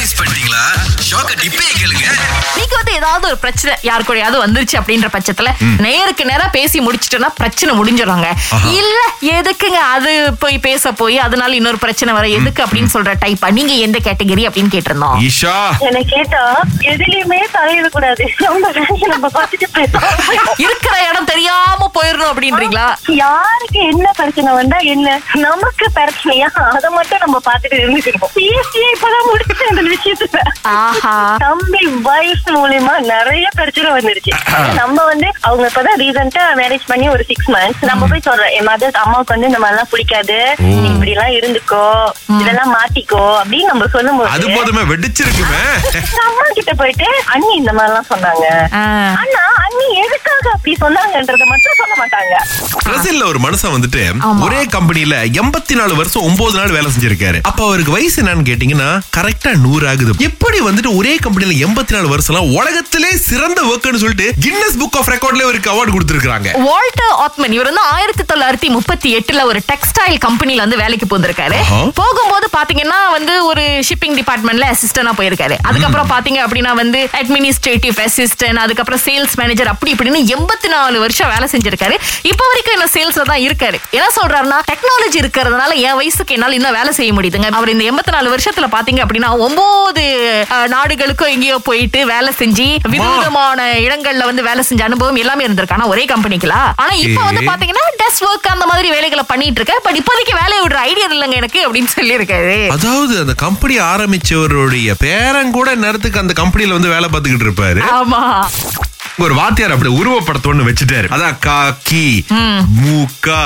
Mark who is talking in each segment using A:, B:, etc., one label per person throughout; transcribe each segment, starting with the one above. A: Miss பண்ணிட்டீங்களா ஷாக்க டிப்பே கேளுங்க
B: நீங்க வந்து ஏதாவது ஒரு பிரச்சனை யாரு கூடயாவது வந்துருச்சு அப்படின்ற பட்சத்துல நேருக்கு நேரா பேசி முடிச்சிட்டோம்னா பிரச்சனை முடிஞ்சிடுறாங்க இல்ல எதுக்குங்க அது போய் பேச போய் அதனால இன்னொரு பிரச்சனை வர எதுக்கு அப்படின்னு சொல்ற டைப்பா நீங்க எந்த கேட்டகரி அப்படின்னு கேட்டிருந்தோம்
C: ஈஷா
D: என்ன கேட்டா எதுலயுமே தலையிடக்கூடாது நம்ம வேலையை நம்ம பார்த்துட்டு போயிட்டோம்
B: இருக்கிற இடம் தெரியாம போயிடணும் அப்படின்றீங்களா
D: யாருக்கு என்ன பிரச்சனை வந்தா என்ன நமக்கு பிரச்சனையா அதை மட்டும் நம்ம பாத்துட்டு இருந்துக்கிறோம் பேசியே இப்பதான் முடிச்சேன் அந்த விஷயத்துல
B: ஆஹா
D: தம்பி வைஃப் மூலியமா நிறைய பிரச்சனை வந்துருச்சு நம்ம வந்து அவங்க இப்பதான் ரீசெண்டா மேரேஜ் பண்ணி ஒரு சிக்ஸ் மந்த்ஸ் நம்ம போய் சொல்றோம் என் மதர் அம்மாவுக்கு வந்து இந்த மாதிரிலாம் பிடிக்காது நீ இப்படி எல்லாம் இருந்துக்கோ இதெல்லாம் மாத்திக்கோ அப்படின்னு நம்ம சொல்லும்
C: அது
D: போது
C: போதுமே வெடிச்சிருக்குமே
D: அம்மா கிட்ட போயிட்டு அண்ணி இந்த மாதிரிலாம் சொன்னாங்க
B: ஆ.
D: ஆனா அண்ணி எதுக்காக அப்படி சொன்னாங்கன்றத மட்டும் சொல்ல மாட்டாங்க
C: பிரசில்ல ஒரு மனுஷன் வந்துட்டு
B: ஆமா.
C: ஒரே கம்பெனில எண்பத்தி நாலு வருஷம் ஒன்பது நாள் வேலை செஞ்சிருக்காரு அப்ப அவருக்கு வயசு என்னன்னு கேட்டீங்கன்னா கரெக்டா நூறு ஆகுது எப்படி வந்துட்டு ஒரே கம்பெனில எண்பத்தி நாலு வருஷம் உலகத்திலே சிறந்த ஒர்க்னு சொல்லிட்டு கின்னஸ் புக் ஆஃப் ரெக்கார்ட்ல இவருக்கு அவார்டு கொடுத்திருக்காங்க
B: வால்டர் ஆத்மன் இவர் வந்து ஆயிரத்தி தொள்ளாயிரத்தி முப்பத்தி எட்டுல ஒரு டெக்ஸ்டைல் கம்பெனில வந்து வேலைக்கு போந்திருக்காரு
C: ஆஹா.
B: போகும்போது பாத்தீங்கன்னா வந்து ஒரு ஷிப்பிங் டிபார்ட்மெண்ட்ல அசிஸ்டன்டா போயிருக்காரு அதுக்கப்புறம் பாத்தீங்க அப்படின்னா வந்து அட்மினிஸ்ட்ரேட்டிவ் அசிஸ்டன்ட் அதுக்கப்புறம் சேல்ஸ் மேனேஜர் அப்படி இப்படின்னு எண்பத்தி நாலு வருஷம் வேலை செஞ்சிருக்காரு இப்போ வரைக்கும் என்ன சேல்ஸ்ல தான் இருக்காரு என்ன சொல்றாருன்னா டெக்னாலஜி இருக்கிறதுனால என் வயசுக்கு என்னால இன்னும் வேலை செய்ய முடியுதுங்க அவர் இந்த எண்பத்தி நாலு வருஷத்துல பாத்தீங்க அப்படின்னா ஒன்பது அஹ், நாடுகளுக்கும் எங்கேயோ போயிட்டு வேலை செஞ்சு விதவிதமான இடங்கள்ல வந்து வேலை செஞ்ச அனுபவம் எல்லாமே இருந்திருக்கு ஆனா ஒரே கம்பெனிக்குலா ஆனா இப்ப வந்து
C: ஏய்.
B: பாத்தீங்கன்னா டெஸ்க் ஒர்க் அந்த மாதிரி வேலைகளை பண்ணிட்டு இருக்கேன் பட் இப்போதைக்கு வேலையை விடுற ஐடியா இல்லைங்க எனக்கு அப்படின்னு சொல்லியிருக்காரு
C: அதாவது அந்த கம்பெனி ஆரம்பிச்சவருடைய பேரன் கூட நேரத்துக்கு அந்த கம்பெனில வந்து வேலை பார்த்துக்கிட்டு இருப்பாரு
B: ஆமா
C: ஒரு வாத்தியார் அப்படி உருவப்படத்தை ஒண்ணு வச்சுட்டாரு அதான் காக்கி மூக்கா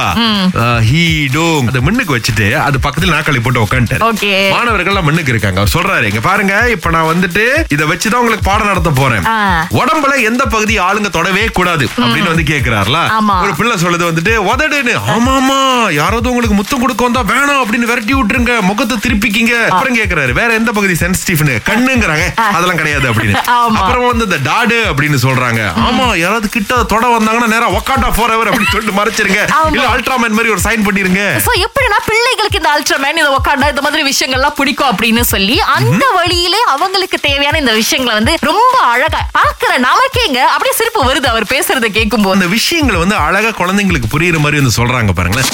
C: அஹ், ஹீடோங் அந்த மண்ணுக்கு வச்சுட்டு அது பக்கத்துல நாக்காளி போட்டு உட்காந்துட்டாரு
B: Okay.
C: மாணவர்கள் எல்லாம் மண்ணுக்கு இருக்காங்க அவர் சொல்றாரு இங்க பாருங்க இப்ப நான் வந்துட்டு இத வச்சுதான் உங்களுக்கு பாடம் நடத்த போறேன்
B: ஆ.
C: உடம்புல எந்த பகுதி ஆளுங்க தொடவே கூடாது அப்படின்னு வந்து கேக்குறாருல
B: ஆமா.
C: ஒரு பிள்ளை சொல்லுது வந்துட்டு உதடுன்னு ஆமா ஆமா யாராவது உங்களுக்கு முத்தம் கொடுக்க வந்தா வேணாம் அப்படின்னு விரட்டி விட்டுருங்க முகத்தை திருப்பிக்கிங்க அப்புறம் கேக்குறாரு வேற எந்த பகுதி சென்சிட்டிவ்னு கண்ணுங்கிறாங்க அதெல்லாம் கிடையாது அப்படின்னு
B: ஆமா.
C: அப்புறம் வந்து இந்த டாடு அப்படின்னு சொல்றாங்க ஆமா யாராவது கிட்ட தொட வந்தாங்கன்னா நேரா ஒக்காட்டா ஃபோர் ஹவர் அப்படின்னு சொல்லிட்டு மறைச்சிருங்க
B: ஆமா.
C: இல்ல அல்ட்ராமேன் மாதிரி ஒரு சைன் பண்ணிருங்க
B: சோ எப்படின்னா பிள்ளைகளுக்கு இந்த அல்ட்ராமேன் இந்த உக்காண்டா இந்த மாதிரி விஷயங்கள்லாம் பிடிக்கும் அப்படின்னு சொல்லி அந்த வழியிலே அவங்களுக்கு தேவையான இந்த விஷயங்களை வந்து ரொம்ப அழகா பாக்குற நமக்கேங்க அப்படியே சிரிப்பு வருது அவர் பேசுறதை கேட்கும் போது
C: அந்த விஷயங்களை வந்து அழகா குழந்தைங்களுக்கு புரியுற மாதிரி வந்து சொல்றாங்க பாருங்களேன்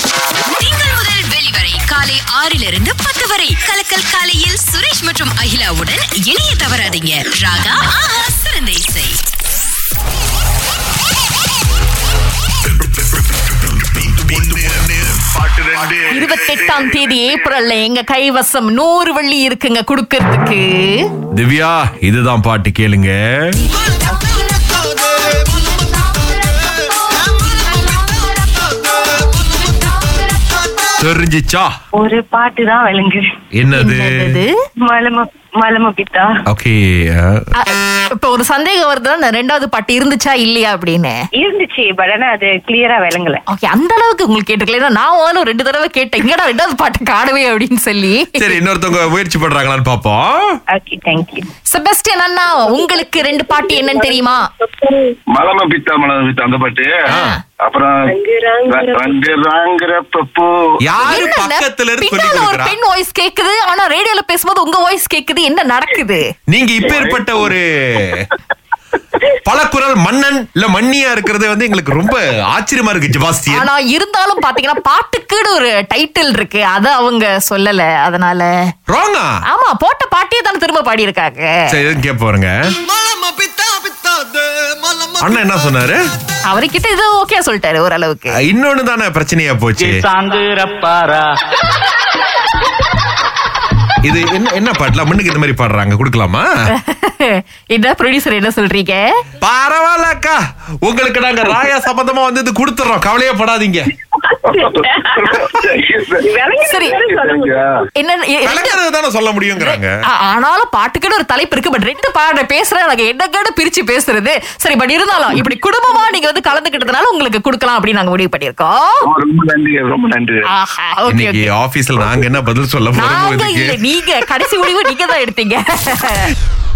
E: திங்கள் முதல் வெளிவரை காலை ஆறிலிருந்து பத்து வரை கலக்கல் காலையில் சுரேஷ் மற்றும் அகிலாவுடன் இணைய தவறாதீங்க ராகா ஆஹா சிறந்த இசை
B: இருபத்தெட்டாம் தேதி ஏப்ரல்ல எங்க கைவசம் நூறு வள்ளி இருக்குங்க குடுக்கறதுக்கு
C: திவ்யா இதுதான் பாட்டு கேளுங்க தெரிஞ்சிச்சா
D: ஒரு பாட்டு தான் விளங்கு
C: என்னது
B: என்னது?
D: மலம மலம பித்தா
C: ஓகே
B: அ, இப்ப ஒரு சந்தேகம் வருதுன்னா நான் ரெண்டாவது பாட்டு இருந்துச்சா இல்லையா அப்படின்னு
D: இருந்துச்சு பட் ஆனா அது கிளியரா விளங்கல
B: ஓகே அந்த அளவுக்கு உங்களுக்கு கேட்டுக்கல நான் ஓனும் ரெண்டு தடவை கேட்டேன் எங்கடா ரெண்டாவது பாட்டு காணவே அப்படின்னு சொல்லி
C: சரி இன்னொருத்தவங்க முயற்சி பண்றாங்களான்னு பாப்போம்
D: ஓகே தேங்க்யூ
B: செபஸ்டியன் அண்ணா உங்களுக்கு ரெண்டு பாட்டு என்னன்னு தெரியுமா
F: மலம பித்தா மலம பித்தா அந்த பாட்டு அப்புறம்
D: ரங்கு
F: ரங்கு ராங்கிறப்ப பூ
C: யாரு
B: என்னென்ன?
C: பக்கத்துல இருந்து சொல்லி
B: பின்னால ஒரு
C: கொடுக்குறா
B: பெண் வாய்ஸ் கேக்குது ஆனா ரேடியோல பேசும்போது உங்க வாய்ஸ் கேக்குது என்ன நடக்குது
C: நீங்க இப்ப ஏற்பட்ட ஒரு பலக்குரல் மன்னன் இல்ல மன்னியா இருக்கிறது வந்து எங்களுக்கு ரொம்ப ஆச்சரியமா இருக்கு ஜெபாஸ்தியன்
B: ஆனா இருந்தாலும் பாத்தீங்கன்னா பாட்டுக்குன்னு ஒரு டைட்டில் இருக்கு அத அவங்க சொல்லல அதனால
C: ராங்கா
B: ஆமா போட்ட பாட்டியே தானே திரும்ப பாடி இருக்காங்க
C: சரி இதுன்னு கேட்ப பாருங்க அண்ணா என்ன சொன்னாரு
B: அவர்கிட்ட இது ஓகே சொல்லிட்டாரு ஓரளவுக்கு
C: இன்னொன்னு தானே பிரச்சனையா போச்சு
G: சாங்குறப்பாரா
C: இது என்ன என்ன பாட்டுல மண்ணுக்கு இந்த மாதிரி பாடுறாங்க கொடுக்கலாமா
B: என்ன ப்ரொடியூசர் என்ன சொல்றீங்க
C: பரவாயில்ல அக்கா உங்களுக்கு நாங்க ராயா சம்பந்தமா வந்து இது கொடுத்துறோம் கவலையே படாதீங்க
B: சரி. என்ன எ- எந்த-
C: விளங்குறது தானே சொல்ல முடியுங்கிறாங்க
B: ஆ- ஆனாலும் பாட்டுக்குன்னு ஒரு தலைப்பு இருக்கு பட் ரெண்டு பாட பேசுறேன் நாங்க என்னக்கேடு பிரிச்சு பேசுறது சரி பட் இருந்தாலும் இப்படி குடும்பமா நீங்க வந்து கலந்துக்கிட்டதுனால உங்களுக்கு கொடுக்கலாம் அப்படின்னு நாங்க முடிவு பண்ணிருக்கோம்
F: ரொம்ப நன்றி ரொம்ப நன்றி
B: ஆஹா ஓகே
C: இன்னைக்கு
B: ஓகே
C: ஆபீஸ்ல நாங்க என்ன பதில் சொல்ல போறோம்
B: நாங்க
C: இதுக்கு?
B: இல்ல நீங்க கடைசி முடிவு நீங்க தான் எடுத்தீங்க